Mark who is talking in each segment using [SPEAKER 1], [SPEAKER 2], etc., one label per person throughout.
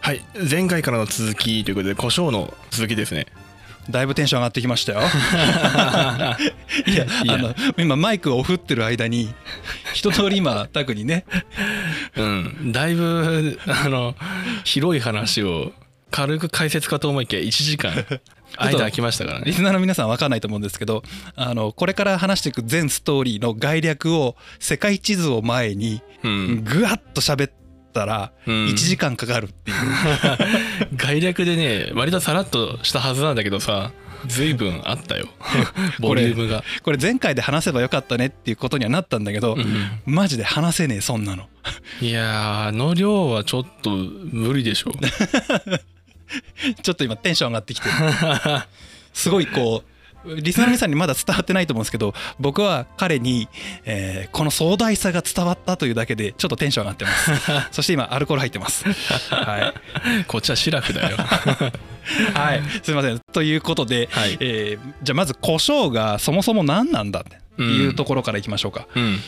[SPEAKER 1] はい前回からの続きということで胡椒の続き ですね
[SPEAKER 2] だいぶテンション上がってきましたよ。いや
[SPEAKER 1] いや
[SPEAKER 2] あの今マイクを振ってる間に一通り今タクにね
[SPEAKER 1] うんだいぶあの広い話を軽く解説かと思いきや1時間間空きましたから
[SPEAKER 2] リ
[SPEAKER 1] ね
[SPEAKER 2] スナーの皆さん分かんないと思うんですけどあのこれから話していく全ストーリーの概略を世界地図を前に
[SPEAKER 1] うん
[SPEAKER 2] ぐわっと喋ったら
[SPEAKER 1] うん
[SPEAKER 2] 1時間かかるっていう、
[SPEAKER 1] 概略でね割とさらっとしたはずなんだけどさ随分あったよボ
[SPEAKER 2] こ
[SPEAKER 1] リ
[SPEAKER 2] れ
[SPEAKER 1] ュームが
[SPEAKER 2] これ前回で話せばよかったねっていうことにはなったんだけど、
[SPEAKER 1] うん
[SPEAKER 2] マジで話せねえそんなの。
[SPEAKER 1] いやーあの量はちょっと無理でしょ
[SPEAKER 2] ちょっと今テンション上がってきてるすごいこうリスナーの皆さんにまだ伝わってないと思うんですけど僕は彼に、えーこの壮大さが伝わったというだけでちょっとテンション上がってます そして今アルコール入ってますはい、
[SPEAKER 1] こっちはシラフだよ
[SPEAKER 2] はい、すいませんということで、
[SPEAKER 1] はい
[SPEAKER 2] えーじゃあまず胡椒がそもそも何なんだっていうところからいきましょうか、
[SPEAKER 1] うん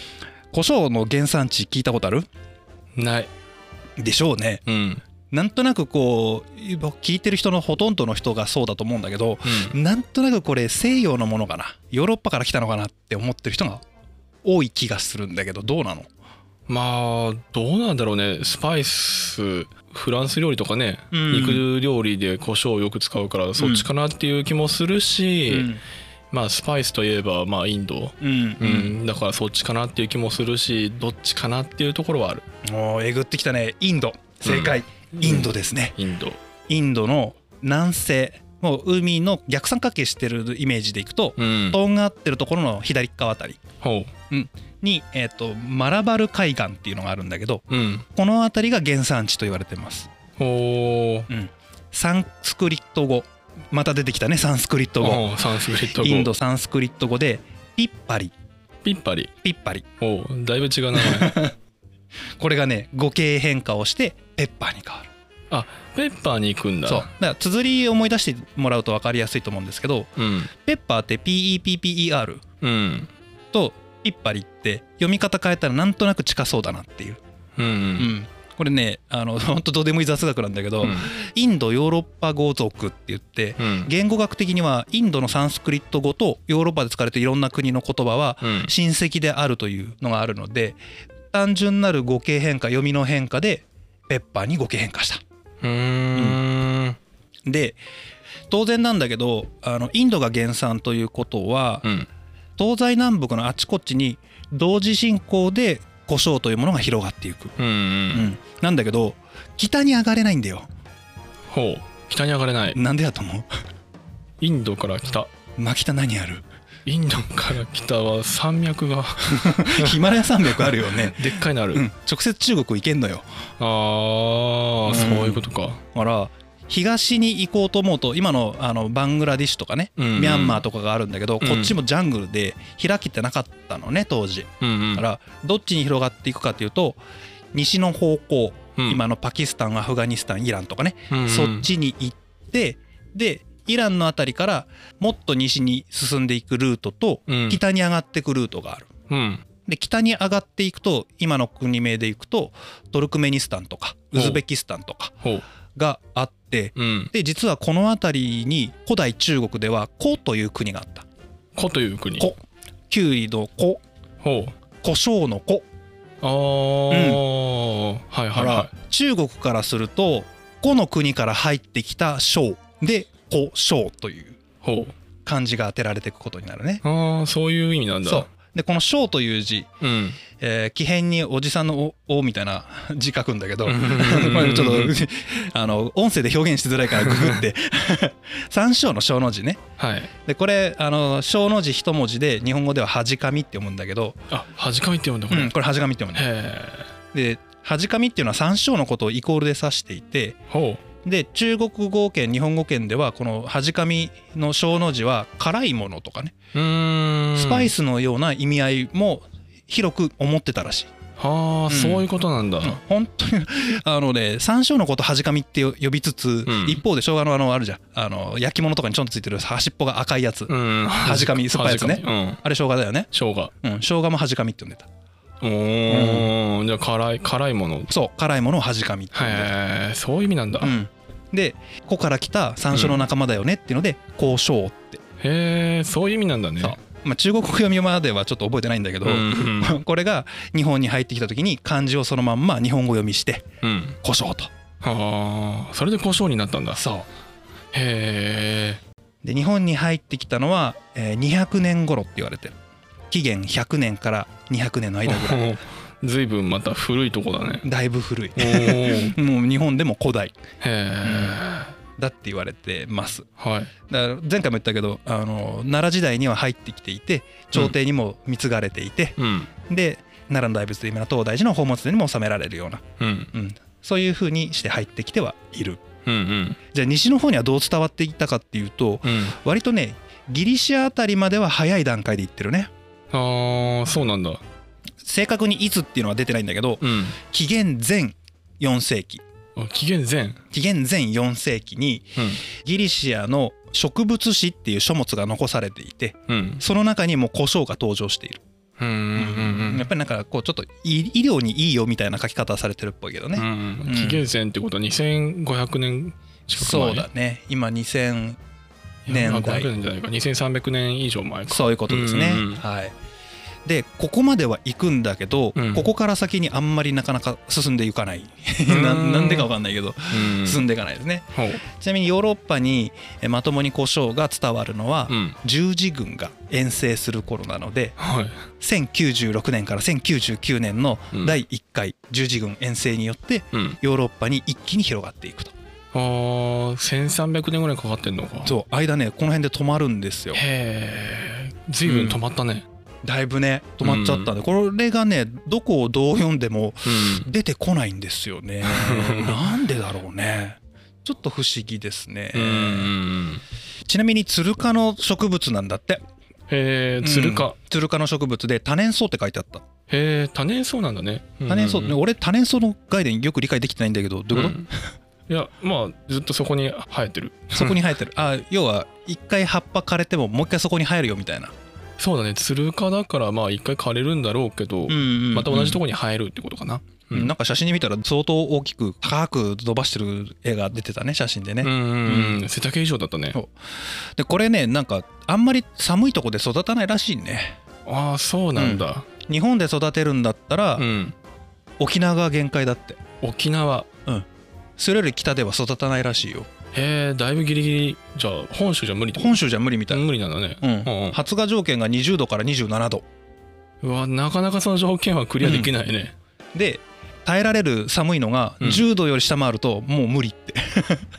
[SPEAKER 2] 胡椒の原産地聞いたことある
[SPEAKER 1] ない
[SPEAKER 2] でしょうね
[SPEAKER 1] うん
[SPEAKER 2] なんとなくこう聞いてる人のほとんどの人がそうだと思うんだけど、
[SPEAKER 1] うん
[SPEAKER 2] なんとなくこれ西洋のものかなヨーロッパから来たのかなって思ってる人が多い気がするんだけどどうなの
[SPEAKER 1] まあどうなんだろうねスパイスフランス料理とかね、
[SPEAKER 2] うん
[SPEAKER 1] 肉料理で胡椒をよく使うからそっちかなっていう気もするし、まあスパイスといえばまあインド、
[SPEAKER 2] うん
[SPEAKER 1] うんだからそっちかなっていう気もするしどっちかなっていうところはある
[SPEAKER 2] もうえぐってきたねインド正解、インドですね
[SPEAKER 1] インド
[SPEAKER 2] インドの南西もう海の逆三角形してるイメージでいくと、
[SPEAKER 1] うん
[SPEAKER 2] とんがってるところの左側あたり
[SPEAKER 1] ほ
[SPEAKER 2] に、えー、とマラバル海岸っていうのがあるんだけど
[SPEAKER 1] ううん
[SPEAKER 2] この辺りが原産地と言われてます
[SPEAKER 1] ほ
[SPEAKER 2] サンスクリット語また出てきたねサンスクリッ
[SPEAKER 1] う
[SPEAKER 2] ト語
[SPEAKER 1] ほうサンスクリット語
[SPEAKER 2] インドサンスクリット語でピッパリ
[SPEAKER 1] ピッパリ
[SPEAKER 2] ピッパリ
[SPEAKER 1] ほうだいぶ違う名 前
[SPEAKER 2] これがね語形変化をしてペッパーに変わる
[SPEAKER 1] あペッパーに行くんだ
[SPEAKER 2] そうだから綴り思い出してもらうと分かりやすいと思うんですけど
[SPEAKER 1] うん
[SPEAKER 2] ペッパーって PEPPER
[SPEAKER 1] うん
[SPEAKER 2] とピッパリって読み方変えたらなんとなく近そうだなっていう、
[SPEAKER 1] うんう
[SPEAKER 2] うんん、これねあの 本当どうでもいい雑学なんだけど、
[SPEAKER 1] うん
[SPEAKER 2] インドヨーロッパ語族って言って
[SPEAKER 1] うん
[SPEAKER 2] 言語学的にはインドのサンスクリット語とヨーロッパで使われていろんな国の言葉は
[SPEAKER 1] うん
[SPEAKER 2] 親戚であるというのがあるので単純なる語形変化読みの変化でペッパーに語形変化した。
[SPEAKER 1] うーん
[SPEAKER 2] で当然なんだけどあのインドが原産ということは
[SPEAKER 1] うん
[SPEAKER 2] 東西南北のあちこちに同時進行で胡椒というものが広がっていく。
[SPEAKER 1] うん
[SPEAKER 2] う
[SPEAKER 1] うん
[SPEAKER 2] ん、なんだけど北に上がれないんだよ。
[SPEAKER 1] ほう北に上がれない
[SPEAKER 2] なんでだと思う
[SPEAKER 1] インドから北
[SPEAKER 2] 真北何ある
[SPEAKER 1] インドから北は山脈が
[SPEAKER 2] ヒマラヤ山脈あるよね。
[SPEAKER 1] でっかいのある、
[SPEAKER 2] うん、直接中国行けんのよ。
[SPEAKER 1] あー、
[SPEAKER 2] うん
[SPEAKER 1] そういうことか
[SPEAKER 2] だから東に行こうと思うと今のあのバングラディッシュとかね
[SPEAKER 1] うんうん
[SPEAKER 2] ミャンマーとかがあるんだけど
[SPEAKER 1] う
[SPEAKER 2] こ
[SPEAKER 1] ん
[SPEAKER 2] っちもジャングルで開きってなかったのね当時
[SPEAKER 1] うんうん
[SPEAKER 2] だからどっちに広がっていくかというと西の方向
[SPEAKER 1] うん
[SPEAKER 2] 今のパキスタンアフガニスタンイランとかね
[SPEAKER 1] うんうん
[SPEAKER 2] そっちに行ってでイランの辺りからもっと西に進んでいくルートと
[SPEAKER 1] うん
[SPEAKER 2] 北に上がっていくルートがある。
[SPEAKER 1] うん
[SPEAKER 2] で北に上がっていくと今の国名でいくとトルクメニスタンとかウズベキスタンとか
[SPEAKER 1] ほう
[SPEAKER 2] があって
[SPEAKER 1] うん
[SPEAKER 2] で実はこの辺りに古代中国では「胡」という国があった
[SPEAKER 1] 古という国
[SPEAKER 2] 「胡」キュウリの「胡」
[SPEAKER 1] ほう
[SPEAKER 2] 胡椒の「胡
[SPEAKER 1] あー、はい」
[SPEAKER 2] か
[SPEAKER 1] はい
[SPEAKER 2] ら
[SPEAKER 1] は
[SPEAKER 2] 中国からすると「胡」の国から入ってきた「椒」で「胡椒」という
[SPEAKER 1] いほう
[SPEAKER 2] 漢字が当てられていくことになるね。
[SPEAKER 1] あーそういう意味なんだ
[SPEAKER 2] そうでこの「椒」という字
[SPEAKER 1] うん
[SPEAKER 2] えー木偏におじさんの「お」おみたいな字書くんだ けどこ
[SPEAKER 1] うん
[SPEAKER 2] れちょっと あの音声で表現しづらいからググって 三章の「章」の字ね
[SPEAKER 1] はい
[SPEAKER 2] でこれあの小の字一文字で日本語では「はじかみ」って読むんだけど、
[SPEAKER 1] あはじかみって読んだこ
[SPEAKER 2] う
[SPEAKER 1] れ、
[SPEAKER 2] ん、これ「はじかみ」って読むね。
[SPEAKER 1] へ
[SPEAKER 2] で「はじかみ」っていうのは三章のことをイコールで指していて
[SPEAKER 1] えほ
[SPEAKER 2] で中国語圏日本語圏ではこの「はじかみ」の小の字は辛いものとかね
[SPEAKER 1] ううーん
[SPEAKER 2] スパイスのような意味合いも広く思ってたらしい、
[SPEAKER 1] あー、そういうことなんだ、
[SPEAKER 2] うん本当にあのね山椒のことはじかみって呼びつつ、
[SPEAKER 1] うん
[SPEAKER 2] 一方で生姜のあのあるじゃんあの焼き物とかにちょんとついてる端っぽが赤いやつ、
[SPEAKER 1] うん
[SPEAKER 2] はじかみ酸っぱいやつね
[SPEAKER 1] はじかみうん
[SPEAKER 2] あれ生姜だよね
[SPEAKER 1] 生姜
[SPEAKER 2] うん生姜もはじかみって呼んでた
[SPEAKER 1] あおー、じゃあ辛い辛いもの
[SPEAKER 2] そう辛いものをはじかみっていうんで
[SPEAKER 1] へえそういう意味なんだ、
[SPEAKER 2] う
[SPEAKER 1] へ
[SPEAKER 2] ん、で「子から来た山椒の仲間だよね」っていうので「交渉」って、
[SPEAKER 1] えそういう意味なんだね
[SPEAKER 2] そうまあ、中国語読みまではちょっと覚えてないんだけど、
[SPEAKER 1] うん
[SPEAKER 2] これが日本に入ってきた時に漢字をそのまんま日本語読みして
[SPEAKER 1] うん
[SPEAKER 2] 「胡椒」と
[SPEAKER 1] ああそれで胡椒になったんだ
[SPEAKER 2] そ
[SPEAKER 1] へえ
[SPEAKER 2] うで日本に入ってきたのは、えー200年頃って言われてる紀元100年から200年の間 ぐらい
[SPEAKER 1] ずいぶんまた古いとこだ ね
[SPEAKER 2] だいぶ古い
[SPEAKER 1] おー
[SPEAKER 2] もう日本でも古代
[SPEAKER 1] へえ
[SPEAKER 2] だって言われてます
[SPEAKER 1] はい
[SPEAKER 2] だから前回も言ったけどあの奈良時代には入ってきていて朝廷にも貢がれていて、
[SPEAKER 1] うん
[SPEAKER 2] で奈良の大仏で今の東大寺の宝物殿にも収められるような、
[SPEAKER 1] うん
[SPEAKER 2] うん、そういうふうにして入ってきてはいる
[SPEAKER 1] うんうん
[SPEAKER 2] じゃあ西の方にはどう伝わっていったかっていうと
[SPEAKER 1] うん
[SPEAKER 2] 割とねギリシアあたりまでは早い段階で行ってるね
[SPEAKER 1] ああそうなんだ
[SPEAKER 2] 正確にいつっていうのは出てないんだけど
[SPEAKER 1] うん
[SPEAKER 2] 紀元前4世紀
[SPEAKER 1] あ紀元前
[SPEAKER 2] 紀元前4世紀にギリシアの植物史っていう書物が残されていて
[SPEAKER 1] うんうん
[SPEAKER 2] その中にも胡椒が登場している
[SPEAKER 1] うんうん
[SPEAKER 2] やっぱりなんかこうちょっと医医療にいいよみたいな書き方されてるっぽいけどね、
[SPEAKER 1] うん
[SPEAKER 2] うん
[SPEAKER 1] 紀元前ってことは2500年近く前
[SPEAKER 2] そうだね今2000
[SPEAKER 1] あ
[SPEAKER 2] 年代
[SPEAKER 1] 500年じゃないか2300年以上前か
[SPEAKER 2] そういうことですね、
[SPEAKER 1] うんうん
[SPEAKER 2] はいでここまでは行くんだけど、
[SPEAKER 1] うん
[SPEAKER 2] ここから先にあんまりなかなか進んでいかない
[SPEAKER 1] ん
[SPEAKER 2] ななんでかわかんないけど
[SPEAKER 1] うん
[SPEAKER 2] 進んでいかないですね
[SPEAKER 1] ほう
[SPEAKER 2] ちなみにヨーロッパにえまともに胡椒が伝わるのは
[SPEAKER 1] うん
[SPEAKER 2] 十字軍が遠征する頃なので
[SPEAKER 1] はい
[SPEAKER 2] 1096年から1099年の
[SPEAKER 1] うん
[SPEAKER 2] 第1回十字軍遠征によって
[SPEAKER 1] うん
[SPEAKER 2] ヨーロッパに一気に広がっていくと
[SPEAKER 1] あー1300年ぐらいかかってんのか
[SPEAKER 2] そう間ねこの辺で止まるんですよ
[SPEAKER 1] へえ随分止まったね
[SPEAKER 2] だいぶね止まっちゃったんで、これがねどこをどう読んでも出てこないんです よねなんでだろうねちょっと不思議ですね、
[SPEAKER 1] うんうんうん
[SPEAKER 2] ちなみにツル科の植物なんだって
[SPEAKER 1] へえ鶴
[SPEAKER 2] うん
[SPEAKER 1] か
[SPEAKER 2] ツル科の植物で多年草って書いてあった
[SPEAKER 1] へえ多年草なんだね
[SPEAKER 2] 多年草、
[SPEAKER 1] うん
[SPEAKER 2] ね俺多年草の概念よく理解できてないんだけどどういうこと、
[SPEAKER 1] うんいやまあずっとそこに生えてる
[SPEAKER 2] そこに生えてるあ要は一回葉っぱ枯れてももう一回そこに生えるよみたいな、
[SPEAKER 1] そうだね鶴科だからまあ一回枯れるんだろうけどまた同じとこに生えるってことかな
[SPEAKER 2] うんなんか写真で見たら相当大きく高く伸ばしてる絵が出てたね写真でね、
[SPEAKER 1] うんうん背丈以上だったね
[SPEAKER 2] そうでこれねなんかあんまり寒いとこで育たないらしいね
[SPEAKER 1] ああそうなんだ
[SPEAKER 2] 日本で育てるんだったら、
[SPEAKER 1] うん
[SPEAKER 2] 沖縄が限界だって
[SPEAKER 1] 沖縄
[SPEAKER 2] それより北では育たないらしいよ
[SPEAKER 1] へえだいぶギリギリじゃあ本州じゃ無理ってこと
[SPEAKER 2] 本州じゃ無理みたい、
[SPEAKER 1] 無理なんだね
[SPEAKER 2] うん
[SPEAKER 1] うんうん
[SPEAKER 2] 発芽条件が20度から27度
[SPEAKER 1] うわなかなかその条件はクリアできないね、
[SPEAKER 2] で耐えられる寒いのが
[SPEAKER 1] うん
[SPEAKER 2] 10度より下回るともう無理って、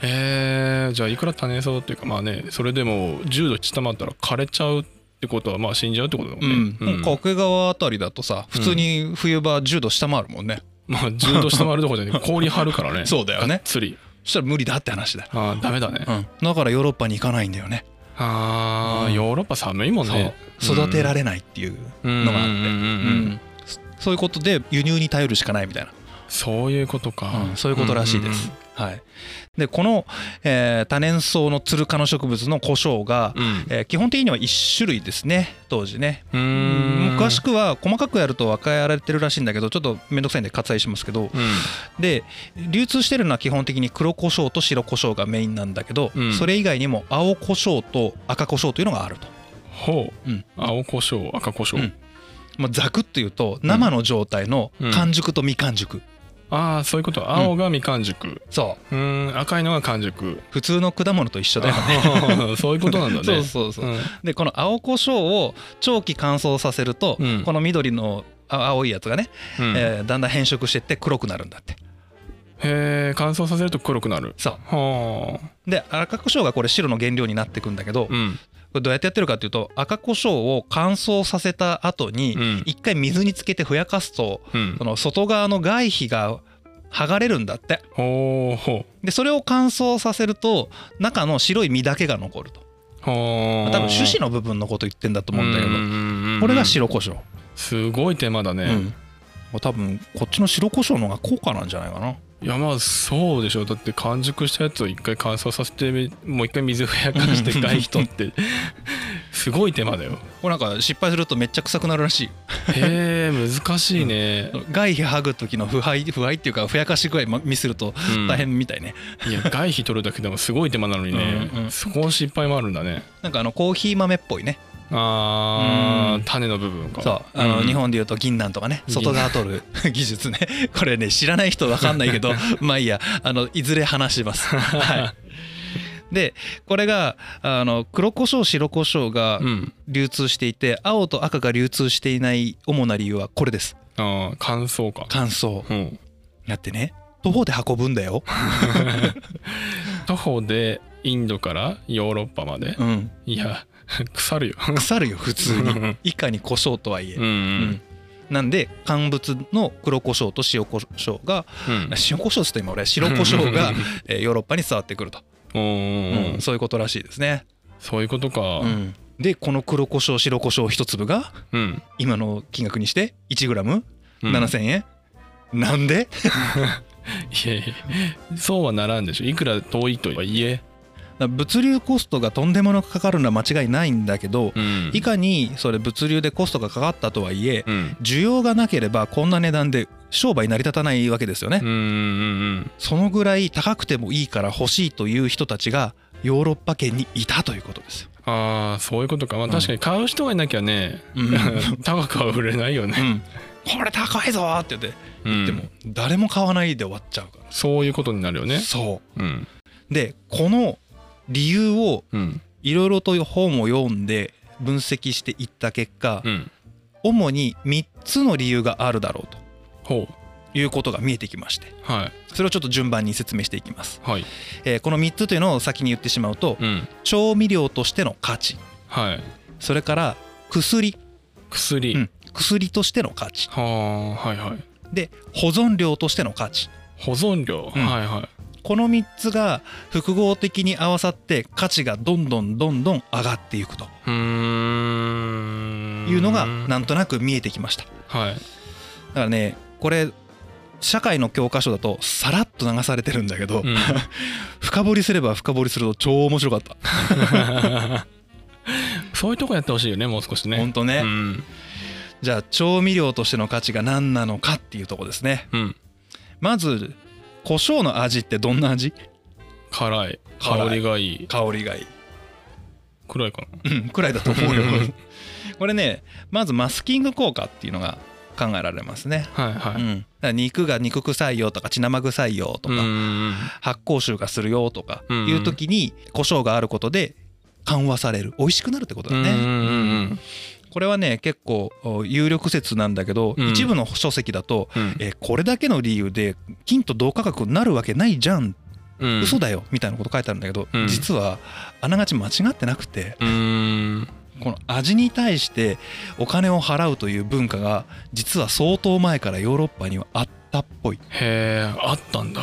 [SPEAKER 1] へえじゃあいくら種そうっていうかまあねそれでも10度下回ったら枯れちゃうってことはまあ死んじゃうってことだもんね、
[SPEAKER 2] うん掛川あたりだとさ普通に冬場10度下回るもんね、
[SPEAKER 1] まあ10度下回るとこ じゃなくて氷張るからね
[SPEAKER 2] そうだよね
[SPEAKER 1] 釣り
[SPEAKER 2] そしたら無理だって話だよ、
[SPEAKER 1] ああダメだね、
[SPEAKER 2] うん、だからヨーロッパに行かないんだよね
[SPEAKER 1] ああヨーロッパ寒いもんね
[SPEAKER 2] そう育てられないっていうのがあって、
[SPEAKER 1] うんうんうんうん
[SPEAKER 2] うんそそういうことで輸入に頼るしかないみたいな
[SPEAKER 1] そういうことか、
[SPEAKER 2] うんそういうことらしいです。はい、でこの、えー多年草のツル科の植物の胡椒が、
[SPEAKER 1] うんうんうん
[SPEAKER 2] えー基本的には1種類ですね当時ね。
[SPEAKER 1] う
[SPEAKER 2] うん
[SPEAKER 1] ん
[SPEAKER 2] 詳しくは細かくやると分かられてるらしいんだけどちょっと面倒くさいんで割愛しますけど
[SPEAKER 1] う
[SPEAKER 2] で流通してるのは基本的に黒胡椒と白胡椒がメインなんだけど、
[SPEAKER 1] うん
[SPEAKER 2] それ以外にも青胡椒と赤胡椒というのがあると、
[SPEAKER 1] んほう、
[SPEAKER 2] うん
[SPEAKER 1] 青胡椒赤胡椒、
[SPEAKER 2] うんまあ、ざくっと言うと生の状態の完熟と未完熟、
[SPEAKER 1] ああそういうこと青が未完熟、
[SPEAKER 2] そう
[SPEAKER 1] ーん赤いのが完熟
[SPEAKER 2] う普通の果物と一緒だよね
[SPEAKER 1] あー そういうことなんだね
[SPEAKER 2] そうそうそう、
[SPEAKER 1] うん
[SPEAKER 2] でこの青胡椒を長期乾燥させると、
[SPEAKER 1] うん
[SPEAKER 2] この緑のあ青いやつがね、
[SPEAKER 1] うんへ
[SPEAKER 2] えーだんだん変色してって黒くなるんだって
[SPEAKER 1] え乾燥させると黒くなる
[SPEAKER 2] そ
[SPEAKER 1] はあ
[SPEAKER 2] うで赤胡椒がこれ白の原料になってくんだけど、こ
[SPEAKER 1] うん
[SPEAKER 2] れどうやってやってるかっていうと赤胡椒を乾燥させた後
[SPEAKER 1] う
[SPEAKER 2] に
[SPEAKER 1] ん
[SPEAKER 2] 一回水につけてふやかすと
[SPEAKER 1] うん
[SPEAKER 2] その外側の外皮が剥がれるんだって
[SPEAKER 1] ほうほ
[SPEAKER 2] でそれを乾燥させると中の白い実だけが残ると
[SPEAKER 1] うほ
[SPEAKER 2] 多
[SPEAKER 1] う
[SPEAKER 2] 分種子の部分のこと言ってんだと思うんだけど
[SPEAKER 1] ど
[SPEAKER 2] これが白胡椒
[SPEAKER 1] すごい手間だね、
[SPEAKER 2] うん、もう多分こっちの白胡椒の方が高価なんじゃないかない
[SPEAKER 1] やまあそうでしょだって完 熟したやつを一回乾燥させてもう一回水ふやかして外皮取ってすごい手間だよ
[SPEAKER 2] これなんか失敗するとめっちゃ臭くなるらしい
[SPEAKER 1] へえ難しいね、
[SPEAKER 2] 外皮剥ぐ時の腐敗腐敗っていうかふやかし具合ま見すると
[SPEAKER 1] うん
[SPEAKER 2] 大変みたいね、
[SPEAKER 1] いや外皮取るだけでもすごい手間なのにね、
[SPEAKER 2] うんうん
[SPEAKER 1] そこの失敗もあるんだね
[SPEAKER 2] なんかあのコーヒー豆っぽいね
[SPEAKER 1] あー、
[SPEAKER 2] うん
[SPEAKER 1] 種の部分か
[SPEAKER 2] そうあの
[SPEAKER 1] ん
[SPEAKER 2] 日本でいうと銀杏とかね
[SPEAKER 1] 銀杏
[SPEAKER 2] 外側取る 技術ねこれね知らない人わかんないけど まあいいやあのいずれ話します、はい、でこれがあの黒胡椒白胡椒が
[SPEAKER 1] うん
[SPEAKER 2] 流通していて青と赤が流通していない主な理由はこれです
[SPEAKER 1] あー乾燥か
[SPEAKER 2] 乾燥
[SPEAKER 1] うん
[SPEAKER 2] だってね徒歩で運ぶんだよ、
[SPEAKER 1] 徒歩でインドからヨーロッパまで、
[SPEAKER 2] うん、
[SPEAKER 1] いや 腐るよ
[SPEAKER 2] 腐るよ普通にいかに胡椒とはいえ、
[SPEAKER 1] うんう
[SPEAKER 2] うん
[SPEAKER 1] ん
[SPEAKER 2] なんで乾物の黒胡椒と塩胡椒が
[SPEAKER 1] うん
[SPEAKER 2] 塩胡椒っつって今俺白胡 椒がえーヨーロッパに伝わってくると、
[SPEAKER 1] おー
[SPEAKER 2] うんそういうことらしいですね、
[SPEAKER 1] そういうことか
[SPEAKER 2] うんでこの黒胡椒白胡椒一粒が
[SPEAKER 1] うん、
[SPEAKER 2] 今の金額にして 1g7,000
[SPEAKER 1] うん、
[SPEAKER 2] 円、なんで
[SPEAKER 1] いやいやそうはならんでしょいくら遠いとはいえ、
[SPEAKER 2] 物流コストがとんでもなくかかるのは間違いないんだけど、
[SPEAKER 1] うん
[SPEAKER 2] いかにそれ物流でコストがかかったとはいえ
[SPEAKER 1] うん
[SPEAKER 2] 需要がなければこんな値段で商売成り立たないわけですよね、
[SPEAKER 1] うんうん
[SPEAKER 2] そのぐらい高くてもいいから欲しいという人たちがヨーロッパ圏にいたということですよ。
[SPEAKER 1] ああそういうことかまあ確かに買う人がいなきゃね、
[SPEAKER 2] うん
[SPEAKER 1] 高くは売れないよね、
[SPEAKER 2] これ高いぞーって言って、
[SPEAKER 1] うん
[SPEAKER 2] でも誰も買わないで終わっちゃうから
[SPEAKER 1] そういうことになるよね
[SPEAKER 2] そ
[SPEAKER 1] うん
[SPEAKER 2] うでこの理由を
[SPEAKER 1] うん
[SPEAKER 2] いろいろと本を読んで分析していった結果、
[SPEAKER 1] うん
[SPEAKER 2] 主に3つの理由があるだろう
[SPEAKER 1] ほ
[SPEAKER 2] ということが見えてきまして
[SPEAKER 1] うはい
[SPEAKER 2] それをちょっと順番に説明していきます、
[SPEAKER 1] はい
[SPEAKER 2] えーこの3つというのを先に言ってしまうと
[SPEAKER 1] うん
[SPEAKER 2] 調味料としての価値
[SPEAKER 1] はい
[SPEAKER 2] それから薬
[SPEAKER 1] 薬、
[SPEAKER 2] うん、薬としての価値
[SPEAKER 1] はあはいはい
[SPEAKER 2] で保存料としての価値
[SPEAKER 1] 保存料、
[SPEAKER 2] うん
[SPEAKER 1] はいはい
[SPEAKER 2] この3つが複合的に合わさって価値がどんどんどんどん上がっていくと
[SPEAKER 1] うーん
[SPEAKER 2] いうのがなんとなく見えてきましただ
[SPEAKER 1] はい
[SPEAKER 2] からねこれ社会の教科書だとさらっと流されてるんだけど、
[SPEAKER 1] うん
[SPEAKER 2] 深掘りすれば深掘りすると超面白かった、
[SPEAKER 1] そういうとこやってほしいよねもう少しね
[SPEAKER 2] ほんとね、
[SPEAKER 1] うん
[SPEAKER 2] じゃあ調味料としての価値が何なのかっていうとこですね
[SPEAKER 1] うん
[SPEAKER 2] まず胡椒の味ってどんな味
[SPEAKER 1] 辛い
[SPEAKER 2] 辛い
[SPEAKER 1] 香りがいい
[SPEAKER 2] 香りがいい
[SPEAKER 1] 暗いか
[SPEAKER 2] うんくらいだと思うよ
[SPEAKER 1] うん
[SPEAKER 2] これねまずマスキング効果っていうのが考えられますね、
[SPEAKER 1] なはい
[SPEAKER 2] う
[SPEAKER 1] は
[SPEAKER 2] ん
[SPEAKER 1] い、
[SPEAKER 2] だから肉が肉臭いよとか血生臭いよとか、
[SPEAKER 1] うん
[SPEAKER 2] 発酵臭がするよとか
[SPEAKER 1] うんうん
[SPEAKER 2] いう時に胡椒があることで緩和される美味しくなるってことだね、
[SPEAKER 1] うんうんうん
[SPEAKER 2] これはね結構お有力説なんだけど、
[SPEAKER 1] うん
[SPEAKER 2] 一部の書籍だと、
[SPEAKER 1] うん
[SPEAKER 2] えーこれだけの理由で金と同価格になるわけないじゃん、
[SPEAKER 1] うん
[SPEAKER 2] 嘘だよみたいなこと書いてあるんだけど、
[SPEAKER 1] うん
[SPEAKER 2] 実はあながち間違ってなくて、
[SPEAKER 1] うん
[SPEAKER 2] この味に対してお金を払うという文化が実は相当前からヨーロッパにはあったっぽい、
[SPEAKER 1] へえあったんだ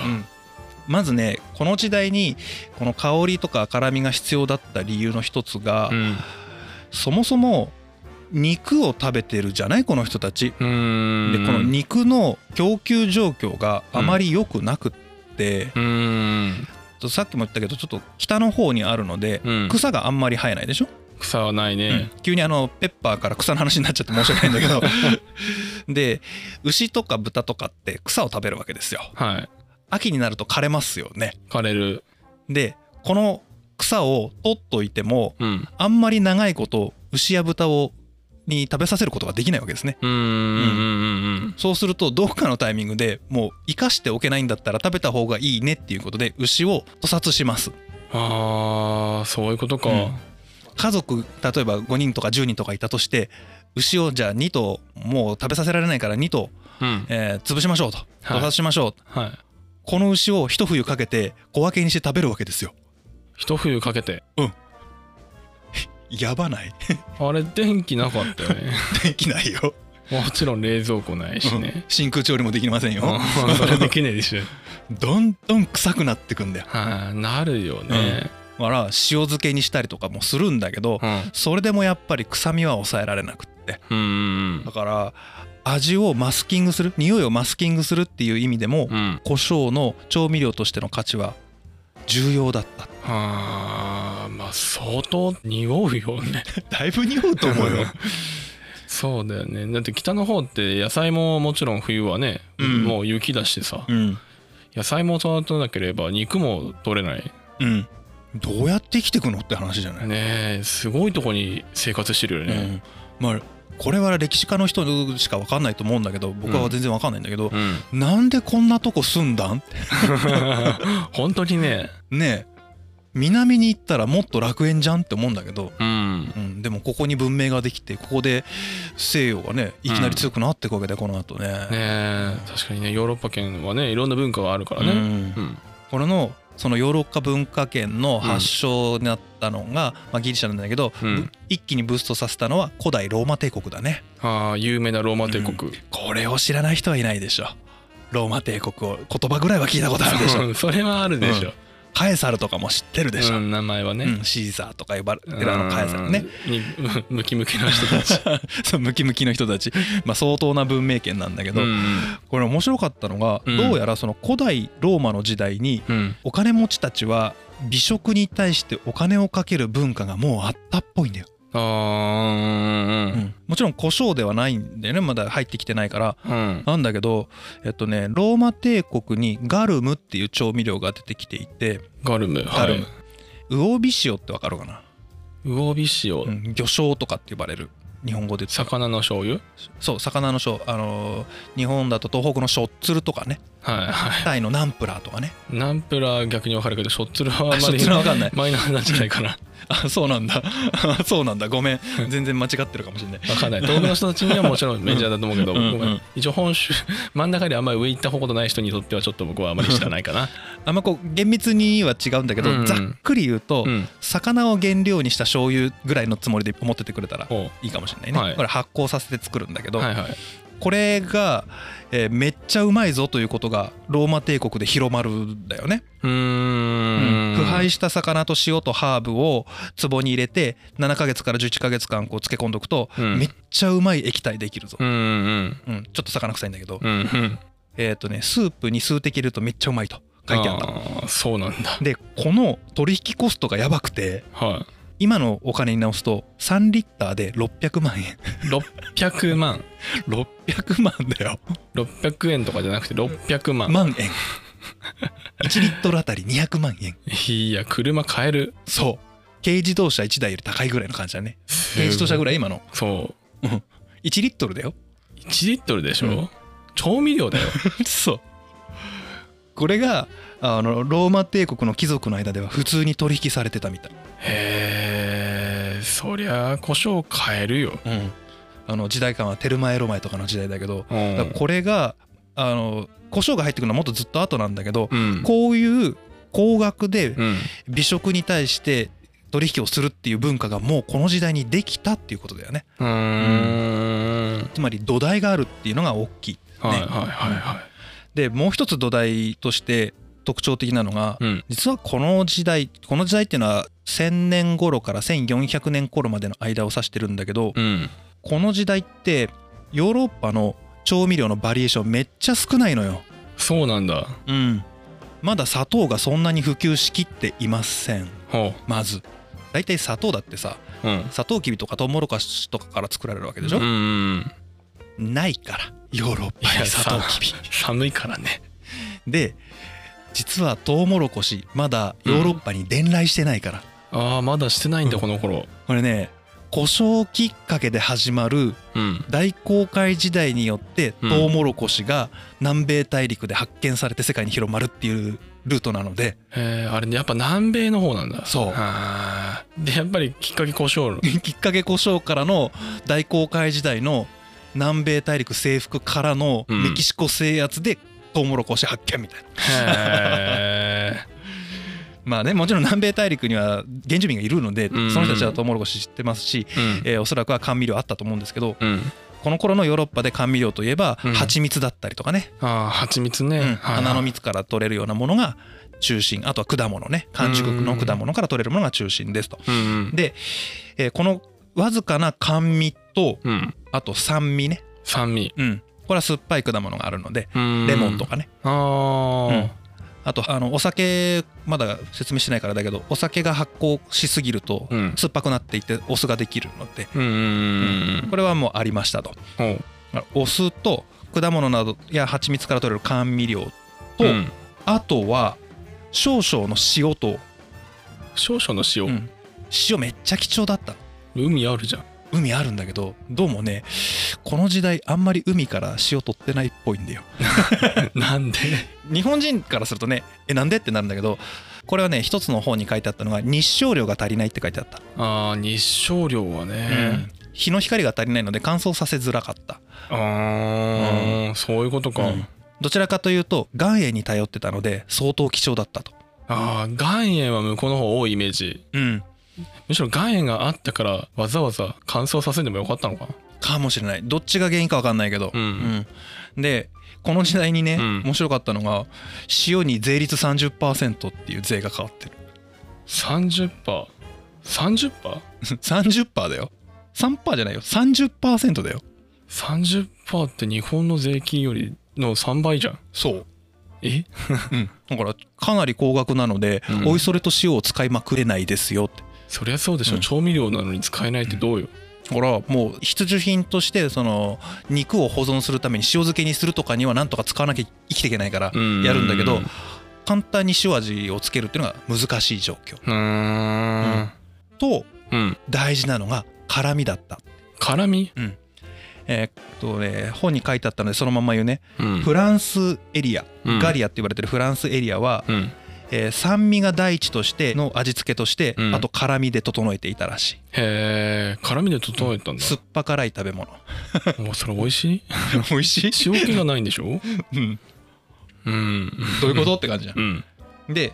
[SPEAKER 2] まずねこの時代にこの香りとか辛みが必要だった理由の一つが、
[SPEAKER 1] うん
[SPEAKER 2] そもそも肉を食べてるじゃないこの人たち、
[SPEAKER 1] うん
[SPEAKER 2] でこの肉の供給状況があまり良くなくって、
[SPEAKER 1] うん
[SPEAKER 2] さっきも言ったけどちょっと北の方にあるので、
[SPEAKER 1] うん
[SPEAKER 2] 草があんまり生えないでしょ
[SPEAKER 1] 草はないね
[SPEAKER 2] 急にあのペッパーから草の話になっちゃって申し訳ないんだけどで牛とか豚とかって草を食べるわけですよ
[SPEAKER 1] はい
[SPEAKER 2] 秋になると枯れますよね
[SPEAKER 1] 枯れる
[SPEAKER 2] でこの草を取っといても
[SPEAKER 1] うん
[SPEAKER 2] あんまり長いこと牛や豚をに食べさせることができないわけですね
[SPEAKER 1] うんうんうんうん
[SPEAKER 2] そうするとどっかのタイミングでもう生かしておけないんだったら食べた方がいいねっていうことで牛を屠殺します
[SPEAKER 1] あーそういうことか
[SPEAKER 2] うん家族例えば5人とか10人とかいたとして牛をじゃあ2頭もう食べさせられないから2頭
[SPEAKER 1] うん
[SPEAKER 2] えー潰しましょうと
[SPEAKER 1] はい
[SPEAKER 2] 屠殺しましょう、
[SPEAKER 1] はい
[SPEAKER 2] この牛を一冬かけて小分けにして食べるわけですよ
[SPEAKER 1] 一冬かけて
[SPEAKER 2] やばない
[SPEAKER 1] あれ電気なかったよ ね
[SPEAKER 2] できないよ、
[SPEAKER 1] もちろん冷蔵庫ないしね
[SPEAKER 2] 真空調理もできませんよ、
[SPEAKER 1] うんそれできねえでしょ
[SPEAKER 2] どんどん臭くなってくんだよ
[SPEAKER 1] はいなるよね
[SPEAKER 2] だから塩漬けにしたりとかもするんだけど、
[SPEAKER 1] うん
[SPEAKER 2] それでもやっぱり臭みは抑えられなくって
[SPEAKER 1] うんうん
[SPEAKER 2] だから味をマスキングする匂いをマスキングするっていう意味でも、
[SPEAKER 1] うんうん
[SPEAKER 2] 胡椒の調味料としての価値は重要だった
[SPEAKER 1] あーマあ相当匂うよね
[SPEAKER 2] だいぶ匂うと思うよ
[SPEAKER 1] そうだよねだって北の方って野菜ももちろん冬はね、
[SPEAKER 2] うん
[SPEAKER 1] もう雪だしさ
[SPEAKER 2] うん
[SPEAKER 1] 野菜も育てなければ肉も取れない
[SPEAKER 2] うんどうやって生きてくのって話じゃない、
[SPEAKER 1] ねえすごいとこに生活してるよ
[SPEAKER 2] う
[SPEAKER 1] ね
[SPEAKER 2] んまあこれは歴史家の人しか分かんないと思うんだけど僕は全然分かんないんだけど
[SPEAKER 1] う、 ん
[SPEAKER 2] なんでこんなとこ住んだんって
[SPEAKER 1] 本当にね
[SPEAKER 2] ねえ南に行ったらもっと楽園じゃんって思うんだけど、
[SPEAKER 1] うん
[SPEAKER 2] うん、でもここに文明ができてここで西洋がねいきなり強くなっていくわけでこの後ね。
[SPEAKER 1] ねえ確かにねヨーロッパ圏はねいろんな文化があるから
[SPEAKER 2] う
[SPEAKER 1] ね
[SPEAKER 2] ん
[SPEAKER 1] うん
[SPEAKER 2] これのそのヨーロッパ文化圏の発祥になったのが、まあ、ギリシャなんだけど、
[SPEAKER 1] うん
[SPEAKER 2] ぶ一気にブーストさせたのは古代ローマ帝国だね
[SPEAKER 1] ああ有名なローマ帝国
[SPEAKER 2] これを知らない人はいないでしょローマ帝国を言葉ぐらいは聞いたことあるでしょ
[SPEAKER 1] それはあるでしょ
[SPEAKER 2] カエサルとかも知ってるでしょ、
[SPEAKER 1] う
[SPEAKER 2] うん
[SPEAKER 1] ん名前はね
[SPEAKER 2] シーザーとか呼ばれてるあのカエサルね
[SPEAKER 1] うん。にムキムキな人たち。
[SPEAKER 2] そうムキムキの人たち、まあ、相当な文明圏なんだけ ど、これ面白かったのが、
[SPEAKER 1] うん
[SPEAKER 2] どうやらその古代ローマの時代に
[SPEAKER 1] うん。
[SPEAKER 2] お金持ちたちは美食に対してお金をかける文化がもうあったっぽいんだよ、
[SPEAKER 1] あー
[SPEAKER 2] うんもちろん胡椒ではないんだよねまだ入ってきてないから
[SPEAKER 1] うんうん。
[SPEAKER 2] なんだけどえっとねローマ帝国にガルムっていう調味料が出てきていて
[SPEAKER 1] ガルム。
[SPEAKER 2] ガ
[SPEAKER 1] は
[SPEAKER 2] ル
[SPEAKER 1] い
[SPEAKER 2] ム、。魚ビシオってわかるかな、
[SPEAKER 1] 魚ビシオ
[SPEAKER 2] う。ん、魚醤とかって呼ばれる日本語で言ったら
[SPEAKER 1] 魚の醤油。
[SPEAKER 2] そう魚の醤あのー日本だと東北のしょっつるとかね
[SPEAKER 1] はいは
[SPEAKER 2] タイのナンプラーとかね
[SPEAKER 1] い。ナンプラー逆にわかるけ ど、ショッツルはあん
[SPEAKER 2] し
[SPEAKER 1] ま
[SPEAKER 2] ょっ
[SPEAKER 1] り
[SPEAKER 2] つるはわかんない
[SPEAKER 1] マイナーなんじゃないかな。
[SPEAKER 2] あそうなんだ そうなんだごめん全然間違ってるかもしれない
[SPEAKER 1] わかん ない。東北の人たちにはもちろんメジャーだと思うけど、
[SPEAKER 2] うんうん
[SPEAKER 1] 僕は一応本州真ん中であんまり上行ったことない人にとってはちょっと僕はあまり知らないかな。
[SPEAKER 2] あんまこう厳密には違うんだけど、
[SPEAKER 1] うんうん
[SPEAKER 2] ざっくり言うと、
[SPEAKER 1] うん。
[SPEAKER 2] 魚を原料にした醤油ぐらいのつもりで思っててくれたら
[SPEAKER 1] ほ
[SPEAKER 2] いいかもしれないね、
[SPEAKER 1] はい
[SPEAKER 2] これ発酵させて作るんだけ
[SPEAKER 1] う。
[SPEAKER 2] ど、
[SPEAKER 1] はいはい。
[SPEAKER 2] これが、えーめっちゃうまいぞということがローマ帝国で広まるんだよね、
[SPEAKER 1] うーん。
[SPEAKER 2] 腐敗した魚と塩とハーブを壺に入れて7ヶ月から11ヶ月間こう漬け込んどくと、
[SPEAKER 1] うん
[SPEAKER 2] めっちゃうまい液体できるぞ、
[SPEAKER 1] うんうん。
[SPEAKER 2] うんちょっと魚臭いんだけど、
[SPEAKER 1] うんうん。
[SPEAKER 2] えっ、とねスープに数滴入れるとめっちゃうまいと書いてあった
[SPEAKER 1] あーそうなんだ。
[SPEAKER 2] でこの取引コストがやばくて
[SPEAKER 1] は
[SPEAKER 2] 今のお金に直すと3リッターで600万 円
[SPEAKER 1] い。600万。
[SPEAKER 2] 600万だよ
[SPEAKER 1] 600円とかじゃなくて600万、
[SPEAKER 2] 万円1リットルあたり200万円
[SPEAKER 1] いや車買える
[SPEAKER 2] そう軽自動車1台より高いぐらいの感じだね軽自動車ぐらい今の
[SPEAKER 1] そう
[SPEAKER 2] 1リットルだよ
[SPEAKER 1] 1リットルでしょ、
[SPEAKER 2] うん
[SPEAKER 1] 調味料だよ
[SPEAKER 2] そうこれがあのローマ帝国の貴族の間では普通に取引されてたみたい、
[SPEAKER 1] へえそりゃ胡椒買えるよ、
[SPEAKER 2] あの時代感はテルマエロマエとかの時代だけど、
[SPEAKER 1] うん
[SPEAKER 2] だからこれがあの胡椒が入ってくるのはもっとずっと後なんだけど、
[SPEAKER 1] うん
[SPEAKER 2] こういう高額で
[SPEAKER 1] うん
[SPEAKER 2] 美食に対して取引をするっていう文化がもうこの時代にできたっていうことだよね
[SPEAKER 1] うーん、
[SPEAKER 2] つまり土台があるっていうのが大きい、ね
[SPEAKER 1] はいはいはいは
[SPEAKER 2] でもう一つ土台として特徴的なのが、
[SPEAKER 1] い、うん、
[SPEAKER 2] 実はこの時代この時代っていうのは1000年頃から1400年頃までの間を指してるんだけど
[SPEAKER 1] うん、
[SPEAKER 2] この時代ってヨーロッパの調味料のバリエーションめっちゃ少ないのよ、
[SPEAKER 1] そうなんだ
[SPEAKER 2] うん、まだ砂糖がそんなに普及しきっていません
[SPEAKER 1] ほ
[SPEAKER 2] まず大体砂糖だってさ
[SPEAKER 1] ううん
[SPEAKER 2] 砂糖きびとかトウモロコシとかから作られるわけでし
[SPEAKER 1] う
[SPEAKER 2] ょ
[SPEAKER 1] ん、うん
[SPEAKER 2] ないからヨーロッパ
[SPEAKER 1] いや
[SPEAKER 2] に砂糖き
[SPEAKER 1] 寒いからね
[SPEAKER 2] びで実はトウモロコシまだヨーロッパに伝来してないから、
[SPEAKER 1] ああまだしてないんだこの頃
[SPEAKER 2] これね故障きっかけで始まる
[SPEAKER 1] うん
[SPEAKER 2] 大航海時代によって
[SPEAKER 1] うん
[SPEAKER 2] トウモロコシが南米大陸で発見されて世界に広まるっていうルートなので
[SPEAKER 1] えー、あれねやっぱ南米の方なんだ
[SPEAKER 2] そう
[SPEAKER 1] あーでやっぱりきっかけ胡椒
[SPEAKER 2] きっかけ故障からの大航海時代の南米大陸征服からの
[SPEAKER 1] うん
[SPEAKER 2] メキシコ制圧でトウモロコシ発見みたいな、
[SPEAKER 1] へー
[SPEAKER 2] まあねもちろん南米大陸には原住民がいるので、
[SPEAKER 1] うん
[SPEAKER 2] その人たちはトウモロコシ知ってますし、
[SPEAKER 1] うん
[SPEAKER 2] えーおそらくは甘味料あったと思うんですけど
[SPEAKER 1] うん、
[SPEAKER 2] この頃のヨーロッパで甘味料といえば
[SPEAKER 1] うん
[SPEAKER 2] 蜂蜜だったりとかね、
[SPEAKER 1] ああ蜂蜜
[SPEAKER 2] う
[SPEAKER 1] ね、
[SPEAKER 2] ん
[SPEAKER 1] はい
[SPEAKER 2] 花の蜜から取れるようなものが中心あとは果物ね完熟の果物から取れるものが中心ですと。
[SPEAKER 1] うんうん
[SPEAKER 2] で、えーこのわずかな甘味と
[SPEAKER 1] うん
[SPEAKER 2] あと酸味ね、
[SPEAKER 1] 酸味
[SPEAKER 2] うん、これは酸っぱい果物があるので
[SPEAKER 1] レ
[SPEAKER 2] レモンとかね、
[SPEAKER 1] ああ、
[SPEAKER 2] うんああとあのお酒まだ説明してないからだけどお酒が発酵しすぎると
[SPEAKER 1] うん
[SPEAKER 2] 酸っぱくなっていってお酢ができるので
[SPEAKER 1] うんうん
[SPEAKER 2] これはもうありましたと
[SPEAKER 1] うんうん
[SPEAKER 2] だからお酢と果物などや蜂蜜から取れる甘味料
[SPEAKER 1] う
[SPEAKER 2] と、
[SPEAKER 1] ん
[SPEAKER 2] あとは少々の塩と、
[SPEAKER 1] 少々の
[SPEAKER 2] う
[SPEAKER 1] 塩、
[SPEAKER 2] ん塩めっちゃ貴重だった
[SPEAKER 1] 海あるじゃん
[SPEAKER 2] 海あるんだけどどうもねこの時代あんまり海から塩取ってないっぽいんだよ
[SPEAKER 1] なんで
[SPEAKER 2] 日本人からするとねえなんでってなるんだけどこれはね一つの方に書いてあったのが日照量が足りないって書いてあった、
[SPEAKER 1] ああ日照量はね、
[SPEAKER 2] 日の光が足りないので乾燥させづらかった、
[SPEAKER 1] ああ、そういうことか、
[SPEAKER 2] うんどちらかというと岩塩に頼ってたので相当貴重だったと
[SPEAKER 1] ああ岩塩は向こうの方多いイメージ
[SPEAKER 2] うん
[SPEAKER 1] むしろ岩塩があったからわざわざ乾燥させんでもよかったのかな
[SPEAKER 2] かもしれないどっちが原因か分かんないけど、
[SPEAKER 1] うん
[SPEAKER 2] うんでこの時代にね、
[SPEAKER 1] うん
[SPEAKER 2] 面白かったのが塩に税率30%っていう税が変わってる
[SPEAKER 1] 30%30% 30%?
[SPEAKER 2] 30%だよ3%じゃないよ30%だよ
[SPEAKER 1] 30%って日本の税金よりの3倍じゃん
[SPEAKER 2] そう、
[SPEAKER 1] え
[SPEAKER 2] うん、だからかなり高額なので、
[SPEAKER 1] うん
[SPEAKER 2] おいそれと塩を使いまくれないですよって
[SPEAKER 1] そりゃそうでしょ、
[SPEAKER 2] うん
[SPEAKER 1] 調味料なのに使えないってどうよ、
[SPEAKER 2] だからもう必需品としてその肉を保存するために塩漬けにするとかにはなんとか使わなきゃ生きていけないから
[SPEAKER 1] うん
[SPEAKER 2] やるんだけど
[SPEAKER 1] う
[SPEAKER 2] 簡単に塩味をつけるっていうのが難しい状況
[SPEAKER 1] ーん
[SPEAKER 2] と
[SPEAKER 1] うん
[SPEAKER 2] 大事なのが辛みだった
[SPEAKER 1] 辛み
[SPEAKER 2] えーっとね本に書いてあったのでそのまま言うね、
[SPEAKER 1] うん
[SPEAKER 2] フランスエリア、
[SPEAKER 1] うん
[SPEAKER 2] ガリアって言われてるフランスエリアは、
[SPEAKER 1] うん
[SPEAKER 2] えー酸味が第一としての味付けとして、
[SPEAKER 1] うん
[SPEAKER 2] あと辛味で整えていたらしい
[SPEAKER 1] へえ辛みで整えたんだ
[SPEAKER 2] 酸っぱ辛い食べ物
[SPEAKER 1] おそれ 美味しい
[SPEAKER 2] 美味しい、
[SPEAKER 1] 塩気がないんでしょ
[SPEAKER 2] うん、
[SPEAKER 1] うん
[SPEAKER 2] どういうことって感じじゃ
[SPEAKER 1] うん
[SPEAKER 2] んで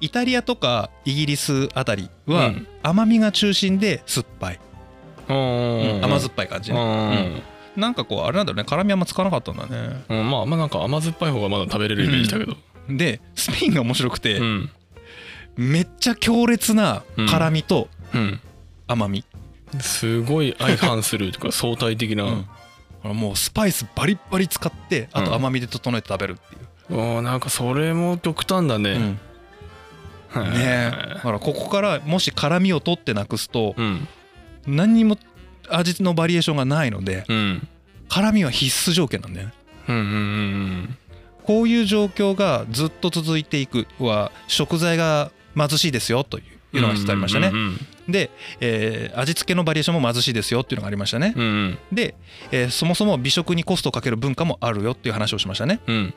[SPEAKER 2] イタリアとかイギリスあたりは、
[SPEAKER 1] うん
[SPEAKER 2] 甘みが中心で酸っぱい、
[SPEAKER 1] うん
[SPEAKER 2] 甘酸っぱい感じ、ね
[SPEAKER 1] うん
[SPEAKER 2] なんかこうあれなんだろうね辛味あんまつかなかったんだね
[SPEAKER 1] うんまあまあなんか甘酸っぱい方がまだ食べれるイメージだけど
[SPEAKER 2] でスペインが面白くて
[SPEAKER 1] う、ん
[SPEAKER 2] めっちゃ強烈な辛味と
[SPEAKER 1] うん
[SPEAKER 2] 甘み、
[SPEAKER 1] すごい相反するとか相対的な、
[SPEAKER 2] うんあのもうスパイスバリッバリ使ってあ
[SPEAKER 1] うん
[SPEAKER 2] と甘みで整えて食べるっていう、
[SPEAKER 1] おーなんかそれも極端だ
[SPEAKER 2] う
[SPEAKER 1] ね、
[SPEAKER 2] んねえだからここからもし辛みを取ってなくすと
[SPEAKER 1] うん
[SPEAKER 2] 何にも味のバリエーションがないので
[SPEAKER 1] うん
[SPEAKER 2] 辛みは必須条件なんだよね
[SPEAKER 1] うんうんうん
[SPEAKER 2] こういう状況がずっと続いていくは食材が貧しいですよという
[SPEAKER 1] うん
[SPEAKER 2] のが一つありましたね
[SPEAKER 1] うんうん
[SPEAKER 2] で、えー味付けのバリエーションも貧しいですよっていうのがありましたね
[SPEAKER 1] うんうん
[SPEAKER 2] で、えーそもそも美食にコストをかける文化もあるよっていう話をしましたね
[SPEAKER 1] うん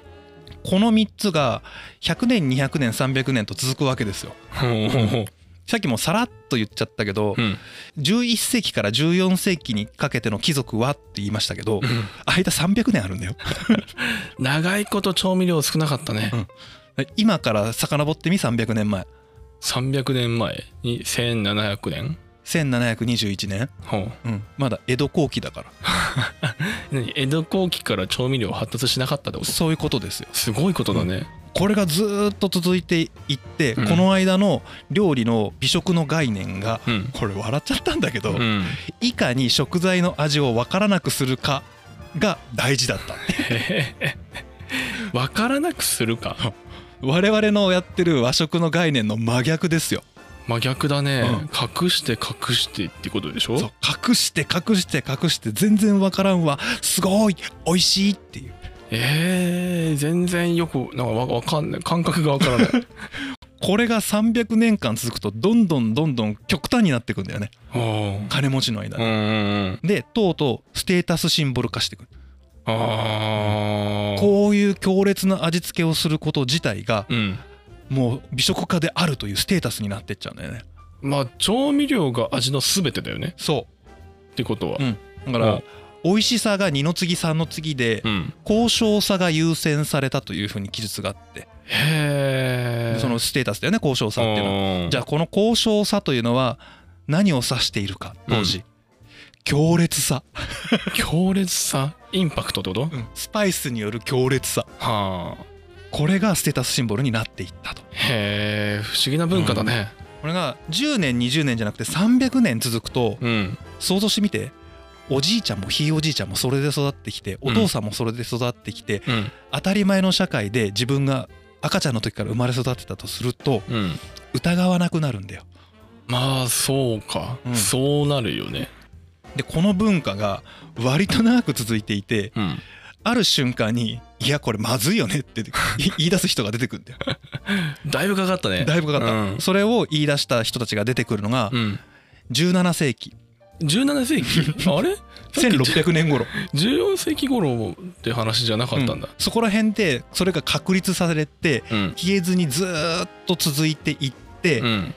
[SPEAKER 2] この3つが100年200年300年と続くわけですよ
[SPEAKER 1] ほうほうほう
[SPEAKER 2] さっきもさらっと言っちゃったけど
[SPEAKER 1] うん
[SPEAKER 2] 11世紀から14世紀にかけての貴族はって言いましたけど間300年あるんだよ
[SPEAKER 1] 長いこと調味料少なかったね、
[SPEAKER 2] うん今から遡ってみ300年前
[SPEAKER 1] 300年前に1700年
[SPEAKER 2] 1721年、
[SPEAKER 1] ほう
[SPEAKER 2] うん、まだ江戸後期だから
[SPEAKER 1] 何江戸後期から調味料発達しなかったってこと
[SPEAKER 2] そういうことですよ
[SPEAKER 1] すごいことだね、
[SPEAKER 2] これがずーっと続いていって、
[SPEAKER 1] うん
[SPEAKER 2] この間の料理の美食の概念が
[SPEAKER 1] うん
[SPEAKER 2] これ笑っちゃったんだけど、
[SPEAKER 1] うん、
[SPEAKER 2] いかに食材の味を分からなくするかが大事だった
[SPEAKER 1] 分からなくするか
[SPEAKER 2] 我々のやってる和食の概念の真逆ですよ
[SPEAKER 1] 真逆だね、隠して隠してってことでしょ
[SPEAKER 2] そう隠して隠して隠して全然わからんわすごい美味しいっていう
[SPEAKER 1] えー、全然よくなんかわわかんない感覚がわ からない
[SPEAKER 2] これが300年間続くとどんどんどんどん極端になっていくんだよね
[SPEAKER 1] あー
[SPEAKER 2] 金持ちの間
[SPEAKER 1] うんうん
[SPEAKER 2] で、
[SPEAKER 1] うん
[SPEAKER 2] でとうとうステータスシンボル化していく
[SPEAKER 1] ああ
[SPEAKER 2] こういう強烈な味付けをすること自体が
[SPEAKER 1] うん
[SPEAKER 2] もう美食家であるというステータスになってっちゃうんだよね
[SPEAKER 1] まあ調味料が味の全てだよね
[SPEAKER 2] そ
[SPEAKER 1] ってことは
[SPEAKER 2] う、ん、だか
[SPEAKER 1] うん
[SPEAKER 2] ら美味しさが二の次三の次で
[SPEAKER 1] うん
[SPEAKER 2] 高尚さが優先されたというふうに記述があって
[SPEAKER 1] へえ
[SPEAKER 2] そのステータスだよね高尚さっていうのはじゃ
[SPEAKER 1] ゃ
[SPEAKER 2] あこの高尚さというのは何を指しているか当時、強烈さ、
[SPEAKER 1] 強烈さインパクトってこと、
[SPEAKER 2] スパイスによる強烈さ
[SPEAKER 1] はあ
[SPEAKER 2] これがステータスシンボルになっていったと
[SPEAKER 1] へえ不思議な文化だね
[SPEAKER 2] これが10年20年じゃなくて300年続くと
[SPEAKER 1] うん
[SPEAKER 2] 想像してみておじいちゃんもひいおじいちゃんもそれで育ってきてお父さんもそれで育ってきて
[SPEAKER 1] うん
[SPEAKER 2] 当たり前の社会で自分が赤ちゃんの時から生まれ育ってたとすると
[SPEAKER 1] うん
[SPEAKER 2] 疑わなくなるんだよ
[SPEAKER 1] まあそうか、
[SPEAKER 2] うん
[SPEAKER 1] そうなるよね
[SPEAKER 2] でこの文化が割と長く続いていて
[SPEAKER 1] うん
[SPEAKER 2] ある瞬間に「いやこれまずいよね」ってい 言い出す人が出てくるんだよ
[SPEAKER 1] だいぶかかったね
[SPEAKER 2] だいぶかかった、
[SPEAKER 1] うん
[SPEAKER 2] それを言い出した人たちが出てくるのが
[SPEAKER 1] うん
[SPEAKER 2] 17世紀
[SPEAKER 1] 17世 紀あれ
[SPEAKER 2] 1600年頃
[SPEAKER 1] 14世紀頃って話じゃなかったんだ
[SPEAKER 2] うんそこら辺でそれが確立されて
[SPEAKER 1] うん
[SPEAKER 2] 消えずにずーっと続いていって、
[SPEAKER 1] うん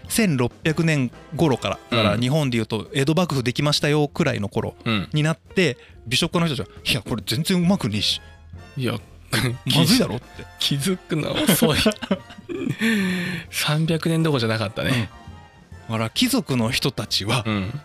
[SPEAKER 2] 1600年頃からだから
[SPEAKER 1] うん
[SPEAKER 2] 日本でいうと江戸幕府できましたよくらいの頃
[SPEAKER 1] うん
[SPEAKER 2] になって美食家の人たちが「いやこれ全然うまくねえし
[SPEAKER 1] い や
[SPEAKER 2] まずいだろ」って
[SPEAKER 1] 気づくの遅い 300年どころじゃなかったね
[SPEAKER 2] だから貴族の人たちは
[SPEAKER 1] うん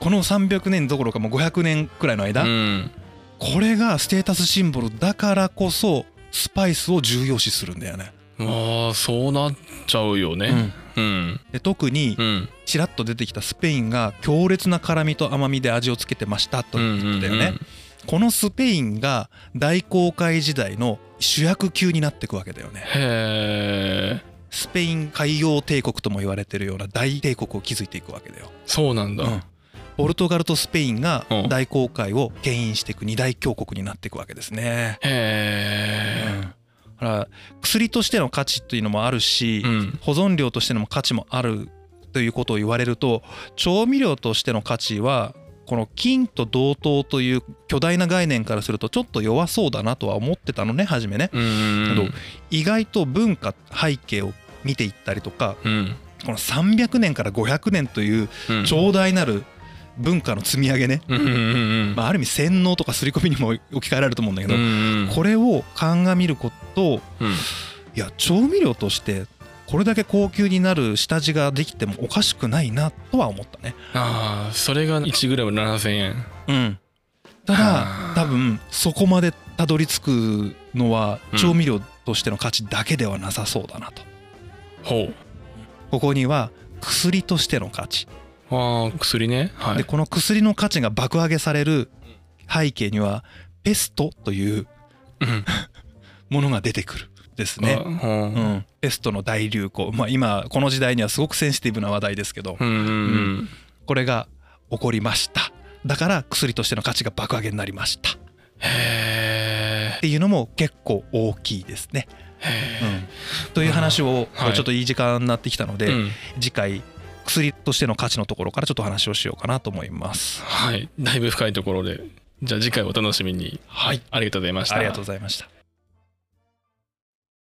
[SPEAKER 2] この300年どころかもう500年くらいの間、
[SPEAKER 1] うん
[SPEAKER 2] これがステータスシンボルだからこそスパイスを重要視するんだよね。
[SPEAKER 1] まあそうなっちゃうよねうん
[SPEAKER 2] で特に
[SPEAKER 1] うん
[SPEAKER 2] ちらっと出てきたスペインが強烈な辛みと甘みで味をつけてましたと
[SPEAKER 1] うん
[SPEAKER 2] いうことだよね、
[SPEAKER 1] うん
[SPEAKER 2] このスペインが大航海時代の主役級になってくわけだよね
[SPEAKER 1] へえ
[SPEAKER 2] スペイン海洋帝国とも言われてるような大帝国を築いていくわけだよ、
[SPEAKER 1] そうなんだ
[SPEAKER 2] うんポルトガルとスペインが
[SPEAKER 1] うん
[SPEAKER 2] 大航海を牽引していく二大強国になっていくわけですね、
[SPEAKER 1] へ
[SPEAKER 2] だから薬としての価値というのもあるし、
[SPEAKER 1] えうん
[SPEAKER 2] 保存料としての価値もあるということを言われると調味料としての価値はこの金と同等という巨大な概念からするとちょっと弱そうだなとは思ってたのね初めね
[SPEAKER 1] うん
[SPEAKER 2] けど意外と文化背景を見ていったりとか
[SPEAKER 1] うん
[SPEAKER 2] この300年から500年という
[SPEAKER 1] うん
[SPEAKER 2] 長大なる文化の積み上げね
[SPEAKER 1] うんうんうん
[SPEAKER 2] まあある意味洗脳とか刷り込みにも置き換えられると思うんだけ
[SPEAKER 1] う
[SPEAKER 2] ど
[SPEAKER 1] ん
[SPEAKER 2] これを鑑みること
[SPEAKER 1] うん
[SPEAKER 2] いや調味料としてこれだけ高級になる下地ができてもおかしくないなとは思ったね
[SPEAKER 1] ああそれが 1g7000 円
[SPEAKER 2] うんた
[SPEAKER 1] はあ
[SPEAKER 2] だ多分そこまでたどり着くのは
[SPEAKER 1] うん
[SPEAKER 2] 調味料としての価値だけではなさそうだなと、
[SPEAKER 1] ほう
[SPEAKER 2] ここには薬としての価値、
[SPEAKER 1] ああ薬ねは
[SPEAKER 2] で
[SPEAKER 1] い
[SPEAKER 2] この薬の価値が爆上げされる背景にはペストという
[SPEAKER 1] うん
[SPEAKER 2] ものが出てくるですね、
[SPEAKER 1] あほう
[SPEAKER 2] うん、ペストの大流行まあ今この時代にはすごくセンシティブな話題ですけど
[SPEAKER 1] うんうん
[SPEAKER 2] これが起こりましただから薬としての価値が爆上げになりましたっ
[SPEAKER 1] へ
[SPEAKER 2] ていうのも結構大きいですね。
[SPEAKER 1] え
[SPEAKER 2] という話を
[SPEAKER 1] あーはい
[SPEAKER 2] ちょっといい時間になってきたので、
[SPEAKER 1] うん
[SPEAKER 2] 次回薬としての価値のところからちょっと話をしようかなと思います。
[SPEAKER 1] はいだいぶ深いところでじゃあ次回お楽しみに
[SPEAKER 2] はい、
[SPEAKER 1] ありがとうございました
[SPEAKER 2] ありがとうございました。